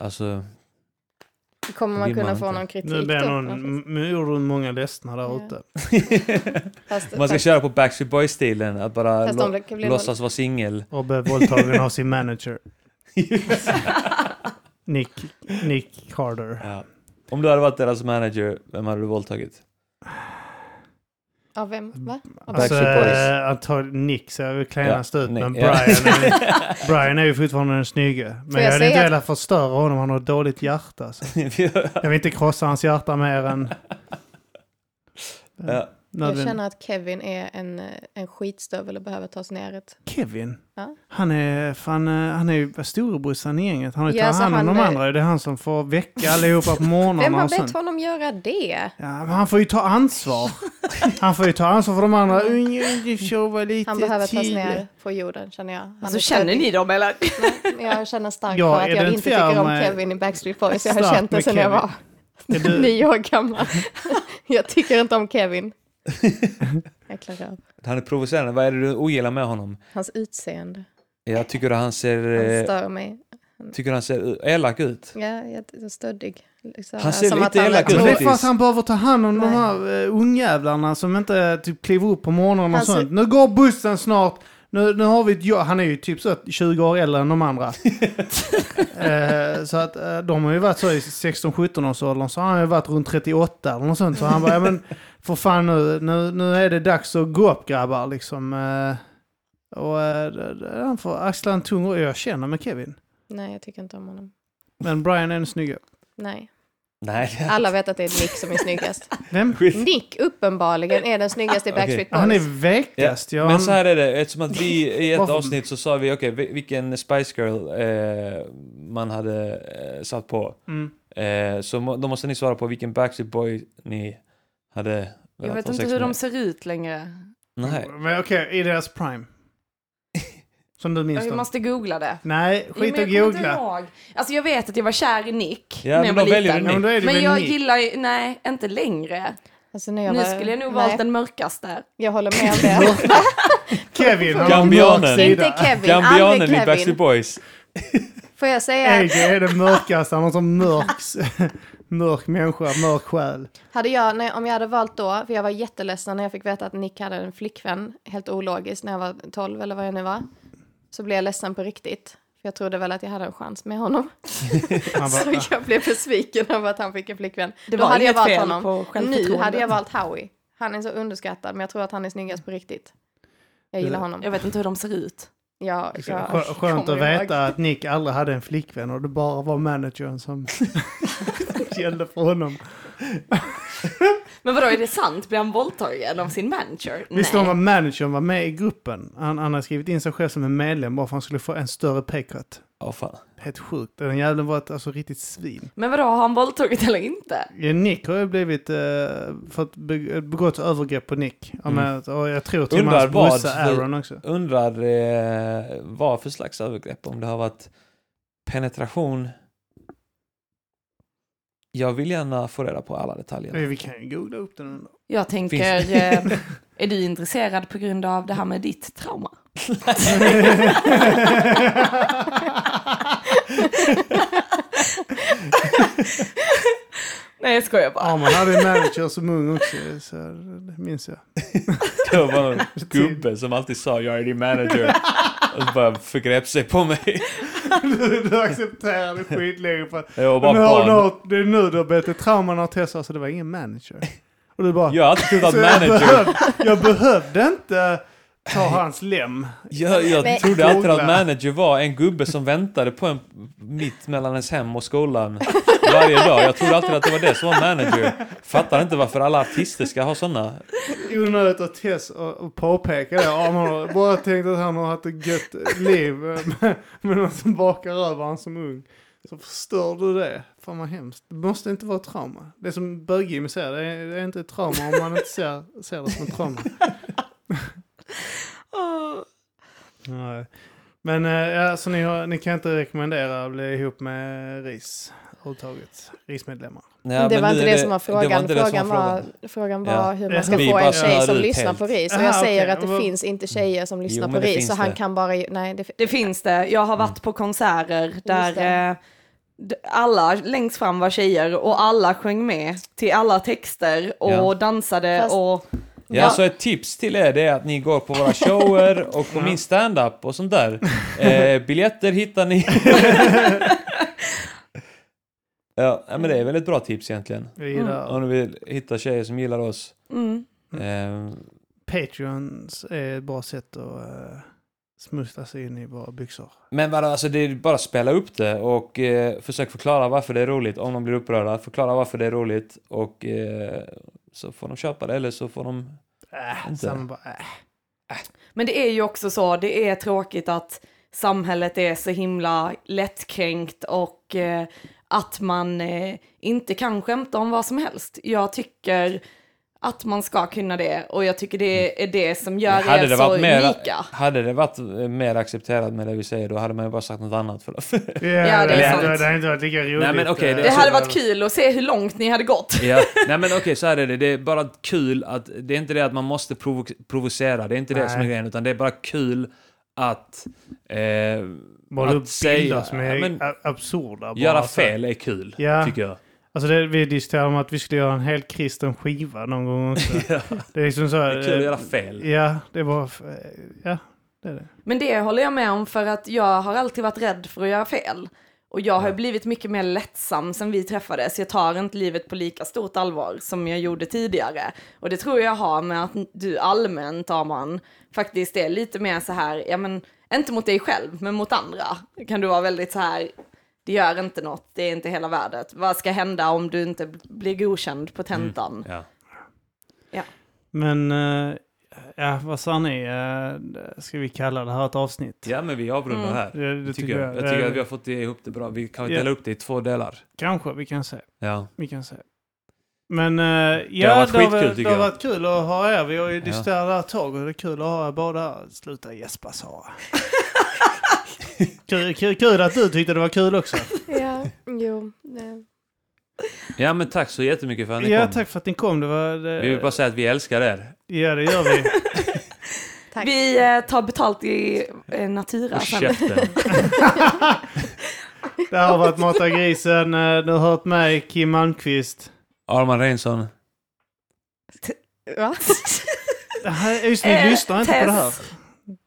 Alltså, Kommer man Vill kunna man få inte. någon kritik nu blir då? någon, m- nu gjorde hon många ledsna där Ja. ute. Fast, man ska fast, köra på Backstreet Boys-stilen, att bara fast lå- de kan bli låtsas vara singel. Och blev våldtagen av sin manager. Nick, Nick Carter. Ja. Om du hade varit deras manager, vem hade du våldtagit? Av vem? Va? Av Alltså, Backstreet Boys. eh, antagligen Nick ser väl klenast ut, Nick, Typ, men ja. Brian, är, Brian är ju fortfarande den snygge. Får Men jag jag hade inte säga- velat förstöra honom, han har ett dåligt hjärta. Så. Jag vill inte krossa hans hjärta mer än... ja. Jag nödvändigt. känner att Kevin är en, eh, en skitstövel och behöver tas ner ett. Kevin, Ja. han är fan, eh, han är ju storebrorsan i gänget. Han har ju Ja, tagit så hand om han de är- andra. Det är han som får väcka allihopa på morgnarna. Vem har och sånt. bett honom göra det? Ja, men han får ju ta ansvar. Han får ju ta ansvar för de andra. Mm, Du sover lite Han behöver tas till. ner på jorden känner jag. Han Alltså är känner ni dem eller? stöddig. Jag känner starkt Jag för att jag inte identifierar tycker om mig Kevin i Backstreet Boys. Jag har starkt känt det med sedan jag Kevin. var Är du- nio år gammal. jag tycker inte om Kevin. Jäkla röv. Han är provocerande. Vad är det du ogillar med honom? Hans utseende. Jag tycker att han ser... Han eh, stör mig. Tycker han ser elak ut. Ja, jättestöddig. Liksom, Han ser som lite att han är elak ut. Men det är för Precis. att han behöver ta hand om de Nej. här uh, ungjävlarna som inte typ kliver upp på morgonen och Alltså- sånt. Nu går bussen snart. Nu, nu har vi ett jobb. Han är ju typ så att 20 år äldre än de andra. Eh, så att eh, de har ju varit så i 16-17 års åldern. Så han har ju varit runt 38 eller något sånt. Så han bara, ja men för fan nu, nu, nu är det dags att gå upp grabbar liksom. Eh, och eh, det- det- han får axla en tung och jag känner med Kevin. Nej, jag tycker inte om honom. Men Brian är en snygg. Nej. Nej. Alla Mm. vet att det är Nick som är snyggast. Vem? Skit. Nick uppenbarligen är den snyggaste i Okej. Backstreet Boys. Han är vekast. Ja, Men han- så här är det, eftersom att vi i ett Varför- avsnitt så sa vi okej, vi- vilken Spice Girl eh, man hade eh, satt på. Mm. Eh, så må, då måste ni svara på vilken Backstreet Boy ni hade Jag vet ha inte sex hur de med. ser ut längre. Nej. Men okej, i deras prime. Som du minns Jag dem. måste googla det. Nej, Jo, men skit och jag kommer inte googla. ihåg. Alltså jag vet att jag var kär i Nick Ja, när men jag då var väljer du liten. Ja, men då är det Men väl jag Nick. gillar ju, nej, inte längre. Alltså, när jag Nu var... skulle jag nog Nej, valt den mörkaste. Jag håller med om det. Kevin, han har Gambianen. mörk inte sida. Kevin, aldrig Gambianen i Kevin. Backstreet Boys. Får jag säga, Ege är den mörkaste, han har sån mörk, mörk människa, mörk själ. hade jag, nej, om jag hade valt då, för jag var jätteledsen när jag fick veta att Nick hade en flickvän, helt ologiskt, när jag var 12 eller vad jag nu var, så blev jag ledsen på riktigt. För jag trodde väl att jag hade en chans med honom. Han bara, "Ah, Så jag blev besviken över att han fick en flickvän. Det Då var hade jag inget valt fel honom. på Nu självförtroendet. hade jag valt Howie. Han är så underskattad, men jag tror att han är snyggast på riktigt. Jag gillar honom. Jag vet inte hur de ser ut. Jag, jag, "Skö- Skönt att kommer ihåg. veta att Nick aldrig hade en flickvän och det bara var managern som gällde för honom. Men vadå, är det sant? Blir han våldtagen av sin manager? Visste Nej. de att managern var med i gruppen? Han, han har skrivit in sig själv som en medlem bara för att han skulle få en större paycut. Åh fan. Helt sjukt. Den jäveln var ett alltså, riktigt svin. Men vadå, har han våldtagit eller inte? Ja, Nick har ju blivit, eh, fått be- begått övergrepp på Nick. Ja, Mm. men, och jag tror till och med Undrar hans vad brorsa för- Aaron också. Undrar eh, vad för slags övergrepp, om det har varit penetration. Jag vill gärna få reda på alla detaljer. Ja, Eh, Vi kan ju googla upp den ändå. Jag tänker, eh, är du intresserad på grund av det här med ditt trauma? Nej, jag skojar bara. Ja, man hade en manager som ung också, så det minns jag. Det var någon Typ. gubbe som alltid sa jag är din manager. Och så bara förgrep sig på mig. Du, du accepterade skitlänge för att Jag var nu bara har, du barn. nått- det är nu du har bett ett trauma när testat så det var ingen manager. Och du bara, Jag har alltid trott att så jag, manager... behövde, jag behövde inte ta hans lem. Jag, Nej. jag trodde alltid att Googla. manager var en gubbe som väntade på en mitt mellan ens hem och skolan varje dag. Jag trodde alltid att det var det som var manager. Fattar inte varför alla artister ska ha sådana. onödigt att Tess och, och påpeka det. Om han har bara tänkt att han har haft ett gött liv eh, med, med någon som bakar över han som ung. Så förstör du det. Fan vad hemskt. Det måste inte vara ett trauma. Det som bög-Jimmy säger, det är, det är inte ett trauma om man inte ser, ser det som ett trauma. Åh. Nej. Men eh, ja, så ni, har, ni kan inte rekommendera att bli ihop med ris överhuvudtaget. Rismedlemmar. Nej, Men det men var nu inte är det som var frågan. inte det som frågan, var, frågan var Ja. hur man ska Vi få bara en tjej körde som ut lyssnar helt. på RIS. Och Ah, jag säger okej. att det Vad- finns inte tjejer som lyssnar men på det RIS. finns Så han det. kan bara... Nej, det, Det finns det. Jag har varit på konserter där eh, d- alla längst fram var tjejer och alla sjöng med till alla texter och Ja. dansade Fast- och Ja, så ett tips till er det är att ni går på våra shower och på min stand-up och sånt där. Eh, biljetter hittar ni. ja, men det är väl ett bra tips egentligen. Jag gillar Om ni vill hitta tjejer som gillar oss. mm. Eh, Patreons är ett bra sätt att eh, smussla sig in i våra byxor. men vadå, alltså det är bara att spela upp det och eh, försök förklara varför det är roligt. Om de blir upprörda, förklara varför det är roligt och eh, så får de köpa det eller så får de... Äh, Inte. samma bara, äh. Men det är ju också så, det är tråkigt att samhället är så himla lättkränkt och eh, att man eh, inte kan skämta om vad som helst. Jag tycker Att man ska kunna det och jag tycker det är det som gör Men Mm. hade er det så varit mer- unika. Hade det varit eh, mer accepterat med det vi säger, då hade man ju bara sagt något annat. För det. Ja, det är sant. Det hade inte varit lika roligt. men okej, det- Det eh, hade varit kul att se hur långt ni hade gått. ja. Nej men okej, så här är det. Det är bara kul att... Det är inte det att man måste provo provocera, det är inte det Nej. som är grejen, utan det är bara kul att... Eh, Måla att upp bilder säga- som är ja, men- a- absurda. bara. göra fel är kul, Ja. tycker jag. Alltså det, vi diskuterade om att vi skulle göra en helt kristen skiva någon gång också. Det är liksom så här, Det är kul att eh, göra fel. Ja, det var... f- eh, Ja, det är det. Men det håller jag med om för att jag har alltid varit rädd för att göra fel. Och jag har blivit mycket mer lättsam sen vi träffades. Jag tar inte livet på lika stort allvar som jag gjorde tidigare. Och det tror jag har med att du allmänt, man faktiskt är lite mer så här, ja men inte mot dig själv, men mot andra. Kan du vara väldigt så här, det gör inte något, det är inte hela världen. Vad ska hända om du inte blir godkänd på tentan? Ja. Men, eh, ja, vad sa ni? Eh, Ska vi kalla det här ett avsnitt? ja, men vi avrundar Mm. här. Det, det Tycker jag. jag tycker Eh, att vi har fått ihop det bra. Vi kan Ja. dela upp det i två delar. Kanske, vi kan se. Ja. Vi kan se. Men eh, ja, har varit det, har, skitkul, varit- tycker det har jag. varit kul att ha er. Vi har ju Ja. diskuterat det här ett tag och det är kul att ha er båda. Sluta gäspa Sara. kul, kul, kul att du tyckte det var kul också. Ja, jo. nej. ja, men tack så jättemycket för att ni Ja, kom. tack för att ni kom. Det var, det, Vi vill bara säga att vi älskar er. Ja, det gör vi. Tack. Vi eh, tar betalt i eh, Natura Och sen. käften. Det här har varit Mata grisen. Eh, Du har hört mig, Kim Malmqvist. Arman Reinsson. Va? Det här, just ni Eh, lyssnar inte på det här. Tess.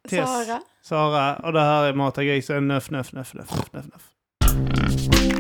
Tess. Sara? Sara. Och det här är Mata grisen. Nöff, nöff, nöff, nöff, nöff, nöff.